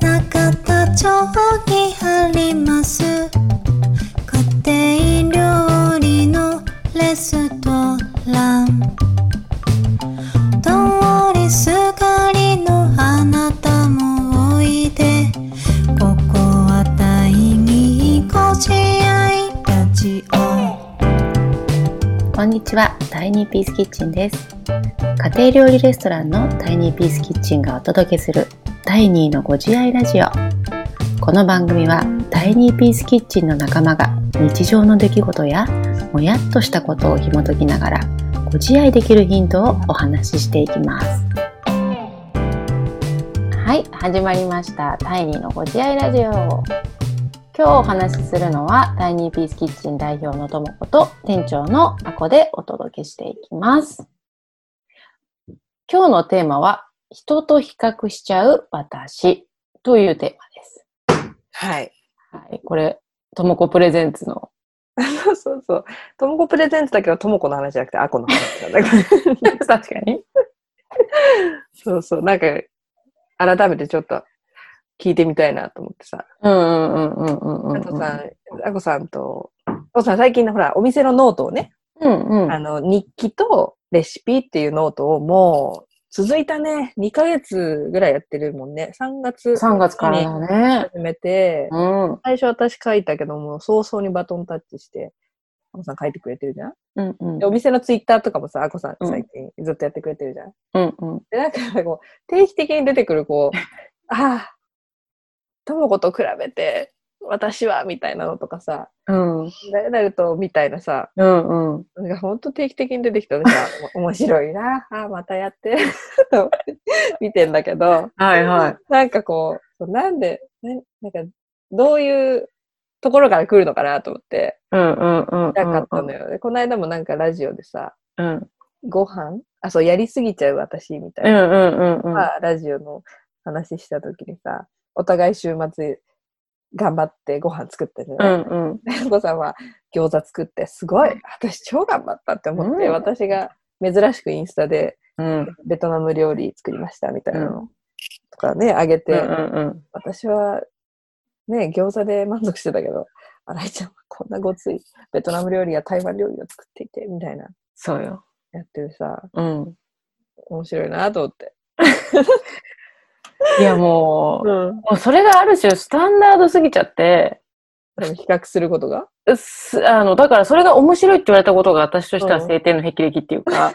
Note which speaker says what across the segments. Speaker 1: 中田町にあります家庭料理のレストラン通りすがりのあなたもおいでここは大にこし合いラジオ
Speaker 2: こんにちは、タイニーピースキッチンです。家庭料理レストランのタイニーピースキッチンがお届けするタイニーのご自愛ラジオ。この番組はタイニーピースキッチンの仲間が日常の出来事やもやっとしたことを紐解きながらご自愛できるヒントをお話ししていきます。はい、始まりました。タイニーのご自愛ラジオ。今日お話しするのはタイニーピースキッチン代表のともこと店長のあこでお届けしていきます。今日のテーマは人と比較しちゃう私というテ
Speaker 3: はい。
Speaker 2: ーマです。はい、これ、ともこプレゼンツの
Speaker 3: そう そうそう。ともこプレゼンツだけど、ともこの話じゃなくて、あこの話なんだ けど。
Speaker 2: 確かに。
Speaker 3: そうそう。なんか、改めてちょっと聞いてみたいなと思ってさ。
Speaker 2: うんうんうんうんうんうん。
Speaker 3: あこさん、あこさんと、あこさん最近のほら、お店のノートをね、
Speaker 2: うんうん。
Speaker 3: あの、日記とレシピっていうノートをもう、続いたね。2ヶ月ぐらいやってるもんね。3月
Speaker 2: 3月からだね。
Speaker 3: 始めて、
Speaker 2: うん。うん
Speaker 3: 最初私書いたけども、早々にバトンタッチして、あこさん書いてくれてるじゃん
Speaker 2: うん。
Speaker 3: でお店のツイッターとかもさ、あこさん
Speaker 2: うん
Speaker 3: 最近ずっとやってくれてるじゃん。
Speaker 2: うんうん。
Speaker 3: で、なんかこう、定期的に出てく るこう、ああ、ともこと比べて、私は、みたいなのとかさ、
Speaker 2: うん
Speaker 3: 誰々と、みたいなさ、
Speaker 2: うんうん。
Speaker 3: なんかほんと定期的に出てきたのさ、お 面白いな、ああ、またやって、 と思って見てんだけど、
Speaker 2: はいはい。
Speaker 3: なんかこう、なんで、ななんか、どういうところから来るのかなと思って、
Speaker 2: うんうんうんうん。
Speaker 3: なかったのよ。でこの間もなんかラジオでさ、
Speaker 2: うん。
Speaker 3: ご飯あ、そう、やりすぎちゃう私みたい
Speaker 2: うんう
Speaker 3: な、
Speaker 2: んうんうん。
Speaker 3: さラジオの話した時にさ、お互い週末頑張ってご飯作ったじゃ
Speaker 2: う
Speaker 3: ない。
Speaker 2: んうん。
Speaker 3: でお子さんは餃子作って、すごい私超頑張ったって思って、
Speaker 2: うん
Speaker 3: 私が珍しくインスタで
Speaker 2: うん。
Speaker 3: ベトナム料理作りましたみたいなのとかね、あげて、
Speaker 2: うんうん
Speaker 3: 私はね、餃子で満足してたけど、新井ちゃんはこんなごついベトナム料理や台湾料理を作っていて、みたいな
Speaker 2: そうよ。
Speaker 3: やってるさ、
Speaker 2: うん。
Speaker 3: 面白いなと思って。
Speaker 2: いやもう、
Speaker 3: うん。
Speaker 2: もうそれがある種スタンダードすぎちゃって、
Speaker 3: 比較するこ とが
Speaker 2: うっすあの、だからそれが面白いって言われたことが私としては
Speaker 3: うん
Speaker 2: 晴天の霹靂っていうか、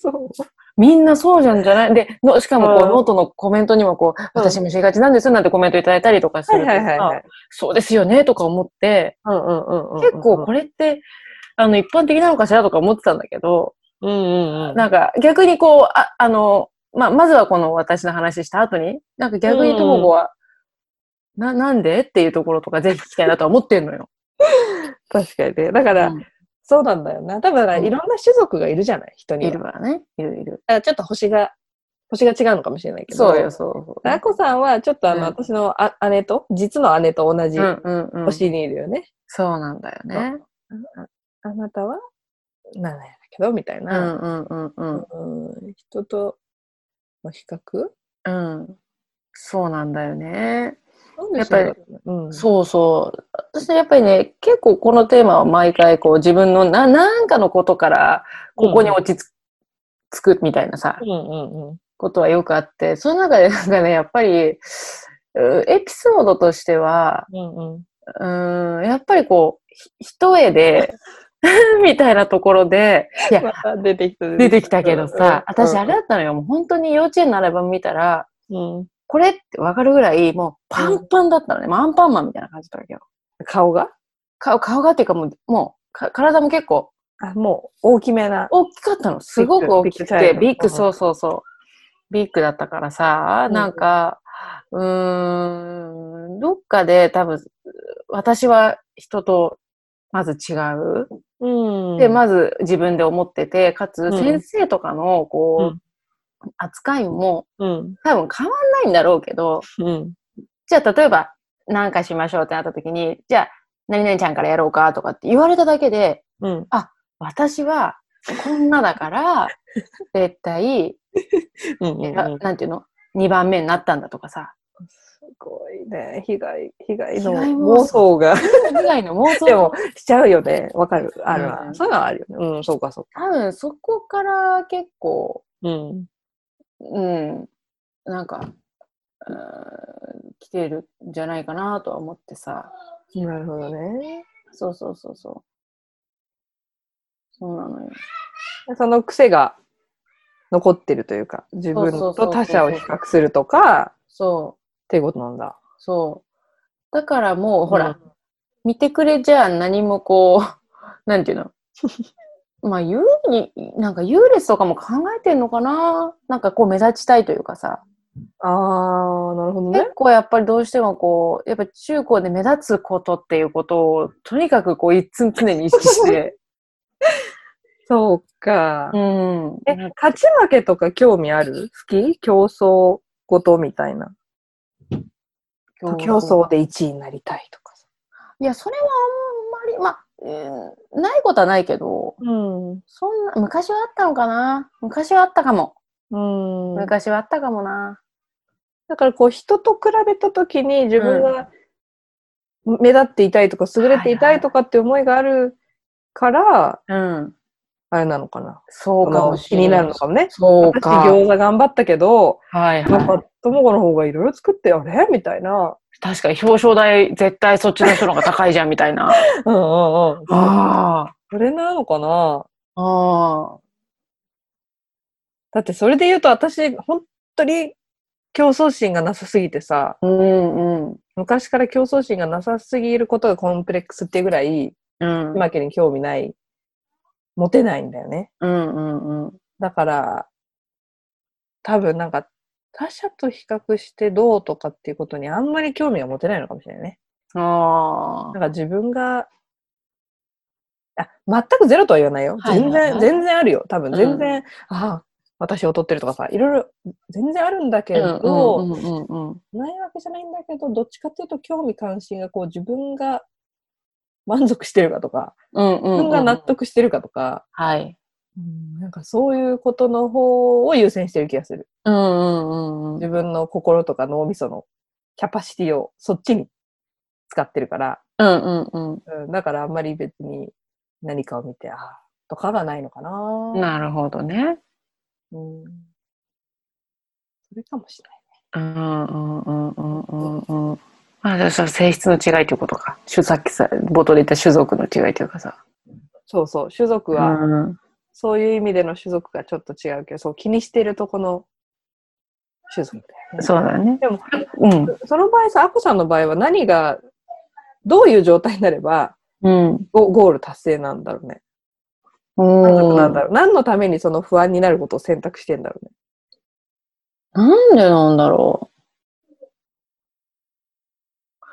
Speaker 3: そう。
Speaker 2: みんなそうじゃんじゃないで、のしかもこう、
Speaker 3: うん
Speaker 2: ノートのコメントにもこう、
Speaker 3: うん
Speaker 2: 私もしがちなんですなんてコメントいただいたりとかす
Speaker 3: は
Speaker 2: る
Speaker 3: い
Speaker 2: と
Speaker 3: はいはいはい
Speaker 2: さ、。そうですよねとか思って、
Speaker 3: うんうんうんうん。
Speaker 2: 結構これって、あの、一般的なのかしらとか思ってたんだけど、
Speaker 3: うんうんうん。
Speaker 2: なんか逆にこう、ああの、まあ、まずはこの私の話した後に、なんか逆にともこは、な、なんでっていうところとかぜひ聞きたいなとは思ってんのよ。
Speaker 3: 確かにね。だから、
Speaker 2: うん
Speaker 3: そうなんだよな。多分、いろんな種族がいるじゃない人に
Speaker 2: い
Speaker 3: は。
Speaker 2: るわね。いるいる。
Speaker 3: だからちょっと星が、星が違うのかもしれないけど。
Speaker 2: そうよ、そうそう。
Speaker 3: あこさんは、ちょっとあの、
Speaker 2: うん
Speaker 3: 私のあ姉と、実の姉と同じ
Speaker 2: うんうんうん。
Speaker 3: 星にいるよね。
Speaker 2: そうなんだよね。
Speaker 3: あなたは、なんやだけど、みたいうな。
Speaker 2: んうんうんうん。
Speaker 3: うん人との比較
Speaker 2: うん。そうなんだよね。
Speaker 3: なんでしょう
Speaker 2: やっ
Speaker 3: うん。
Speaker 2: そうそう。私やっぱりね、結構このテーマは毎回こう自分のな、なんかのことから、ここに落ち着くみたいなさ、
Speaker 3: うんうんうん。
Speaker 2: ことはよくあって、その中でなんかね、やっぱり、うエピソードとしては、
Speaker 3: うんうん。
Speaker 2: うーん、やっぱりこう、ひ一重で、 みたいなところで、いや、
Speaker 3: また出てきた。
Speaker 2: 出てきたけどさ、
Speaker 3: うんうん
Speaker 2: 私あれだったのよ、もう本当に幼稚園のアルバム見たら、
Speaker 3: うん。
Speaker 2: これってわかるぐらい、もうパンパンだったのね。もうアンパンマンみたいな感じだったわけよ。
Speaker 3: 顔が
Speaker 2: 顔、顔がっていうかもう、もう、か体も結構
Speaker 3: あ、もう、大きめな。
Speaker 2: 大きかったの。すごく大きく
Speaker 3: ビッ
Speaker 2: て、
Speaker 3: グ
Speaker 2: ビッグ、
Speaker 3: うん
Speaker 2: そうそうそう。ビッグだったからさ、
Speaker 3: うん
Speaker 2: なんか、うーん、どっかで多分、私は人とまず違う。
Speaker 3: うん
Speaker 2: で、まず自分で思ってて、かつ
Speaker 3: ん
Speaker 2: 先生とかの、こ
Speaker 3: うん
Speaker 2: う、扱いも
Speaker 3: うん。
Speaker 2: 多分変わんないんだろうけど、
Speaker 3: うん。
Speaker 2: じゃあ例えば、なんかしましょうってなった時に、じゃあ、何々ちゃんからやろうかとかって言われただけで、
Speaker 3: うん。
Speaker 2: 私はこんなだ から、絶対、
Speaker 3: うんうんう
Speaker 2: え
Speaker 3: ん
Speaker 2: ななんていうの ?2 番目になったんだとかさ、
Speaker 3: すごいね。被害、被害
Speaker 2: 被害
Speaker 3: の
Speaker 2: 妄
Speaker 3: 妄想が
Speaker 2: 以外の妄想
Speaker 3: でもしちゃうよね。わかる。あるわ、
Speaker 2: うん
Speaker 3: そういうのはあるよね。うん、そうかそうか。
Speaker 2: 多分そこから結構、
Speaker 3: うん。
Speaker 2: うん、なんか、うーん来てるんじゃないかなとは思ってさ。
Speaker 3: なるほどね。
Speaker 2: そうそうそうそう。そうなのよ。
Speaker 3: その癖が残ってるというか、自
Speaker 2: そ
Speaker 3: 分
Speaker 2: う
Speaker 3: と
Speaker 2: そうそうそう
Speaker 3: 他者を比較するとか、
Speaker 2: そう。
Speaker 3: っていうことなんだ。
Speaker 2: そう。だからもう、ほら、
Speaker 3: うん
Speaker 2: 見てくれじゃ何もこう、 なんていうのまあ、幽に、なんか優劣とかも考えてんのかななんかこう目立ちたいというかさ。
Speaker 3: あー、なるほどね。
Speaker 2: 結構やっぱりどうしてもこう、やっぱ中高で目立つことっていうことを、とにかくこう、いつも常に意識して。
Speaker 3: そうか
Speaker 2: う。ん。
Speaker 3: え、勝ち負けとか興味ある好き競争ごとみたいな。
Speaker 2: 競
Speaker 3: 競争で1位になりたいとかさ。
Speaker 2: いや、それはあんまり、まあ、うんないことはないけど、
Speaker 3: うん。う
Speaker 2: そんな、昔はあったのかな昔はあったかも。
Speaker 3: ん。
Speaker 2: 昔はあったかもな。
Speaker 3: だからこう人と比べた時に自分が目立っていたいとか優れていたいとかって思いがあるから、
Speaker 2: うん。
Speaker 3: あれなのかな。
Speaker 2: そうかもしれ
Speaker 3: 気
Speaker 2: ない。
Speaker 3: になるのかもね。
Speaker 2: そう
Speaker 3: 私
Speaker 2: か。
Speaker 3: 餃子頑張ったけど、
Speaker 2: はい
Speaker 3: なん
Speaker 2: は
Speaker 3: か友子の方がいろいろ作ってあれみたいな。
Speaker 2: い。確かに表彰台絶対そっちの人の方が高いじゃんみたいな。
Speaker 3: うんうんうん。
Speaker 2: あ
Speaker 3: それなのかな。
Speaker 2: あ。ああ。
Speaker 3: だってそれで言うと私、本当に競争心がなさすぎてさ、
Speaker 2: うんうん。
Speaker 3: 昔から競争心がなさすぎることがコンプレックスっていうぐらい、
Speaker 2: うん。
Speaker 3: 今家に興味ない、モテないんだよね。
Speaker 2: うんうんうん。
Speaker 3: だから、多分なんか、他者と比較してどうとかっていうことにあんまり興味が持てないのかもしれないね。
Speaker 2: あ
Speaker 3: な
Speaker 2: あ
Speaker 3: ん。か自分が、あ、全くゼロとは言わないよ。
Speaker 2: はい
Speaker 3: 全然、
Speaker 2: はいはい
Speaker 3: 全然あるよ。多分
Speaker 2: うん
Speaker 3: 全然、ああ、私劣ってるとかさ、いろいろ、全然あるんだけ
Speaker 2: うん
Speaker 3: ど、
Speaker 2: うんうんうんうん。
Speaker 3: ないわけじゃないんだけど、どっちかっていうと興味関心がこう自分が満足してるかとか、
Speaker 2: うんうん
Speaker 3: 自
Speaker 2: うん。
Speaker 3: 分が納得してるかとか、
Speaker 2: はい。
Speaker 3: うんなんかそういうことの方を優先してる気がする。
Speaker 2: うんうんうんう
Speaker 3: 自
Speaker 2: ん。
Speaker 3: 分の心とか脳みそのキャパシティをそっちに使ってるから、
Speaker 2: うんうんう
Speaker 3: うん、だからあんまり別に何かを見て、ああ、とかがないのかな。
Speaker 2: ん。なるほどね。
Speaker 3: うん、それかもしれ
Speaker 2: うんうんうんうんうんうん。まあ、じゃあそれ性質の違いということか。種さっきさ、冒頭で言った種族の違いというかさ。
Speaker 3: ない。そうそう、種族
Speaker 2: う
Speaker 3: は、
Speaker 2: ん。
Speaker 3: そういう意味での種族がちょっと違うけど、そう気にしてるとこの種族だよね。
Speaker 2: そうだね。
Speaker 3: でも、
Speaker 2: うん。
Speaker 3: その場合さ、アコさんの場合は何が、どういう状態になれば
Speaker 2: うん。
Speaker 3: ゴゴール達成なんだろうね。満足な
Speaker 2: なん
Speaker 3: だろう。何のためにその不安になることを選択してんだろうね。
Speaker 2: なんでなんだろう。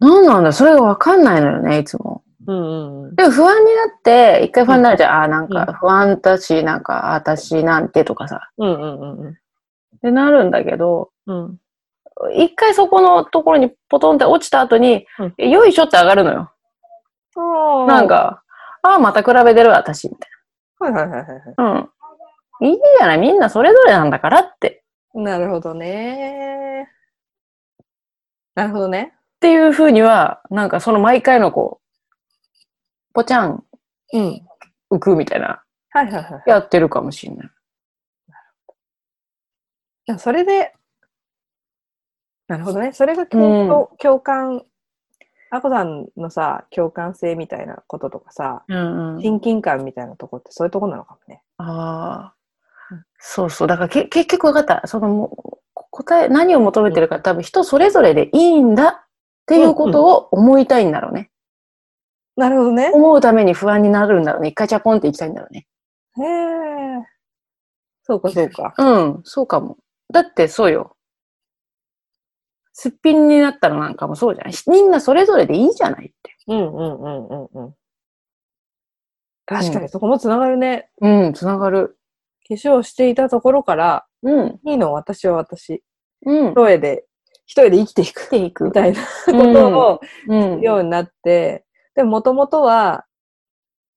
Speaker 2: なんなんだそれがわかんないのよね、いつも。
Speaker 3: うんうん
Speaker 2: でも不安になって、一回不安になるじゃん。あーなんか不安だし、なんかあ私なんてとかさ。
Speaker 3: うんうんうん
Speaker 2: で、なるんだけど、
Speaker 3: うん
Speaker 2: 一回そこのところにポトンって落ちた後に、よいしょって上がるのよ。
Speaker 3: うん。
Speaker 2: なん、か、ああ、また比べてる私、みたい
Speaker 3: はいはいはいは
Speaker 2: な。うん。いいじゃない、みんなそれぞれなんだからって。
Speaker 3: い。なるほどね。なるほどね。
Speaker 2: っていうふうには、なんかその毎回のこう、ぽちゃん
Speaker 3: うん。
Speaker 2: 浮くみたいな、
Speaker 3: はいはいはい
Speaker 2: やってるかもしれない。
Speaker 3: いや。それで、なるほどね。それが共,、共感、あこさんのさ、共感性みたいなこととかさ、
Speaker 2: うんうん。
Speaker 3: 親近感みたいなとこってそういうとこなのかもね。
Speaker 2: ああ。そうそう。だからけ結局分かった。そのもう答え、何を求めてるか、多分人それぞれでいいんだっていうことを思いたいんだろうね。
Speaker 3: なるほどね。
Speaker 2: 思うために不安になるんだろうね。一回チャポンっていきたいんだろうね。
Speaker 3: へえ。そうかそうか。
Speaker 2: うん、そうかも。だってそうよ。すっぴんになったらなんかもそうじゃない。みんなそれぞれでいいじゃないって。
Speaker 3: うんうんうんうんうん。確かにそこもつながるね。
Speaker 2: うん、つながる。
Speaker 3: 化粧していたところから、
Speaker 2: うん、
Speaker 3: いいの私は私、
Speaker 2: うん。
Speaker 3: 一重で、一重で生きていく
Speaker 2: ていく
Speaker 3: みたいなことを
Speaker 2: うん
Speaker 3: ようになって、でももともとは、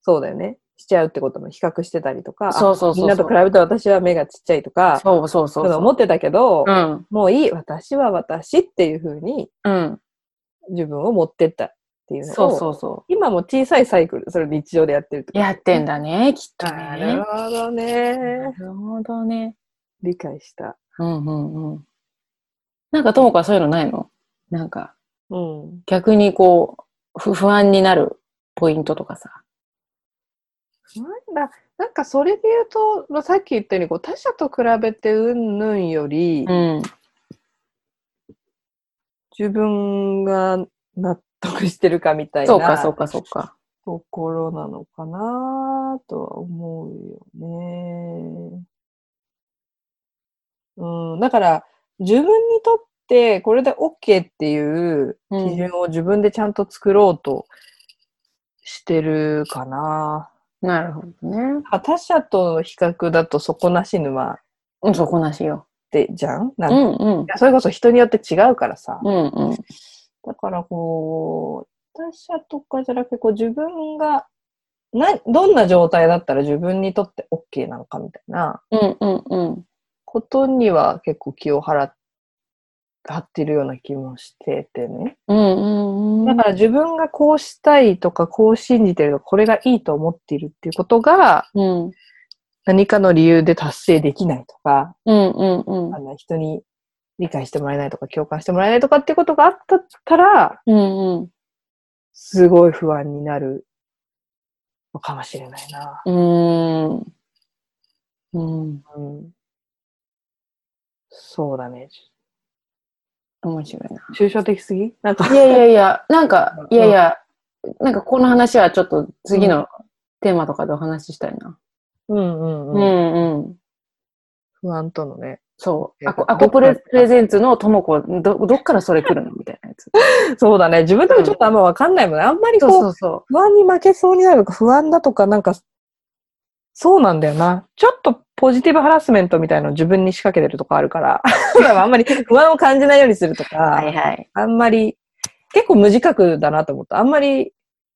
Speaker 3: そうだよね。しちゃうってことも比較してたりとか、あ
Speaker 2: そうそうそうそう
Speaker 3: みんなと比べて私は目がちっちゃいとか、
Speaker 2: そうそうそう
Speaker 3: そういうの
Speaker 2: そう。
Speaker 3: 思ってたけど、
Speaker 2: うん。
Speaker 3: もういい、私は私っていう風に
Speaker 2: うん。
Speaker 3: 自分を持ってったっていうのを、
Speaker 2: そうそうそ
Speaker 3: 今も小さいサイクル、それ日常でやってるって
Speaker 2: う。
Speaker 3: こ
Speaker 2: やってんだね、きっ
Speaker 3: と
Speaker 2: と
Speaker 3: な
Speaker 2: ね
Speaker 3: る。ほど
Speaker 2: な
Speaker 3: ね。
Speaker 2: るほどね。
Speaker 3: 理解した。
Speaker 2: うんうんうん。なんか、ともかそういうのないのなんか、
Speaker 3: うん。
Speaker 2: 逆にこう、不不安になるポイントとかさ。
Speaker 3: なんだ、なんかそれで言うと、まあさっき言ったように、こう他者と比べてうんぬんより、
Speaker 2: うん。
Speaker 3: 自分が納得してるかみたい
Speaker 2: そうか、
Speaker 3: な
Speaker 2: そうか、そうか。
Speaker 3: ところなのかなとは思うよね。うん、だから自分にとってこれで OK っていう
Speaker 2: うん
Speaker 3: 基準を自分でちゃんと作ろうとしてるかな。
Speaker 2: なるほどね。
Speaker 3: あ他者との比較だと底なし沼っ
Speaker 2: うん、そこなしよ。
Speaker 3: てじゃんな
Speaker 2: うん
Speaker 3: かい
Speaker 2: んうん。
Speaker 3: やそれこそ人によって違うからさ。
Speaker 2: うんうん。
Speaker 3: だからこう、他者とかじゃなくて、こう自分がな、どんな状態だったら自分にとって OK なのかみたいな
Speaker 2: うんうんうん。
Speaker 3: ことには結構気を払っ張ってるような気もしててね。
Speaker 2: うんうんう
Speaker 3: だ
Speaker 2: ん。
Speaker 3: から自分がこうしたいとか、こう信じてるとか、これがいいと思っているっていうことが、
Speaker 2: うん
Speaker 3: 何かの理由で達成できないとか、
Speaker 2: うんうんうん
Speaker 3: あ。の人に理解してもらえないとか、共感してもらえないとかっていうことがあったったら、
Speaker 2: うんうん。
Speaker 3: すごい不安になるのかもしれないな。
Speaker 2: うーん。うん。
Speaker 3: うん、そうだね。
Speaker 2: 面白いな。
Speaker 3: 抽象的すぎなんか、
Speaker 2: いやいやいや、なんか
Speaker 3: うん、
Speaker 2: いやいや、なんかこの話はちょっと次のテーマとかでお話ししたいな。
Speaker 3: うんうん
Speaker 2: う
Speaker 3: うん。
Speaker 2: んうん。
Speaker 3: 不安とのね。
Speaker 2: そう。
Speaker 3: な
Speaker 2: ア
Speaker 3: んか
Speaker 2: コアコプ
Speaker 3: どっ
Speaker 2: レ
Speaker 3: か
Speaker 2: プレゼンツのともこ、ど、どっからそれ来るのみたいなやつ。
Speaker 3: そうだね。自分でもちょっとあんまわかんないもんね。あんまり こ
Speaker 2: そう
Speaker 3: う、
Speaker 2: そうそ
Speaker 3: 不安に負けそうになるか、不安だとか、なんか、そうなんだよな。ちょっとポジティブハラスメントみたいなのを自分に仕掛けてるとかある から、普段はあんまり不安を感じないようにするとか、
Speaker 2: う。はいはい。
Speaker 3: あんまり、結構無自覚だなと思った。あんまり、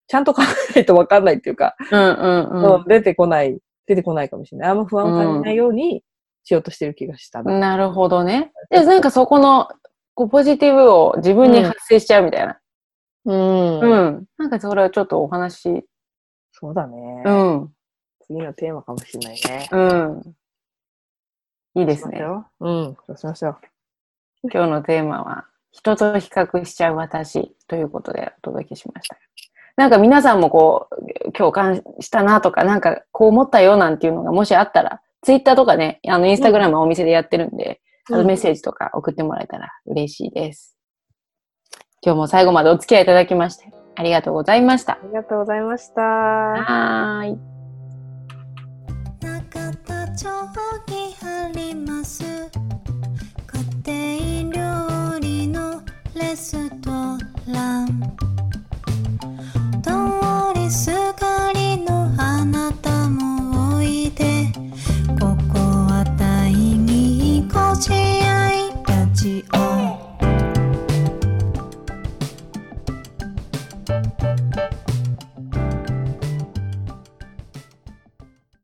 Speaker 3: ちゃんと考えないとわかんないっていうか、
Speaker 2: うんうん
Speaker 3: 出てこない、出てこないかもしれない。あんま不安を感じないようにしようとしてる気がしたな。
Speaker 2: うん。なるほどね。で、なんかそこの、こうポジティブを自分に発生しちゃうみたいな。
Speaker 3: うん
Speaker 2: うん。なんかそれはちょっとお話、
Speaker 3: そうだね、
Speaker 2: うん。
Speaker 3: 次のテーマかもしれないね。
Speaker 2: うん。いい
Speaker 3: い
Speaker 2: ですね。
Speaker 3: うん。そうしましょう。
Speaker 2: 今日のテーマは、人と比較しちゃう私ということでお届けしました。なんか皆さんもこう、共感したなとか、なんかこう思ったよなんていうのがもしあったら、ツイッターとかね、あの、インスタグラムお店でやってるんで、あのメッセージとか送ってもらえたら嬉しいです。今日も最後までお付き合いいただきまして、ありがとうございました。
Speaker 3: ありがとうございました。
Speaker 2: はーい。
Speaker 1: 中田定規あります家庭料理のレストラン通りすがりのあなたもおいでここは第二こし合いラジオ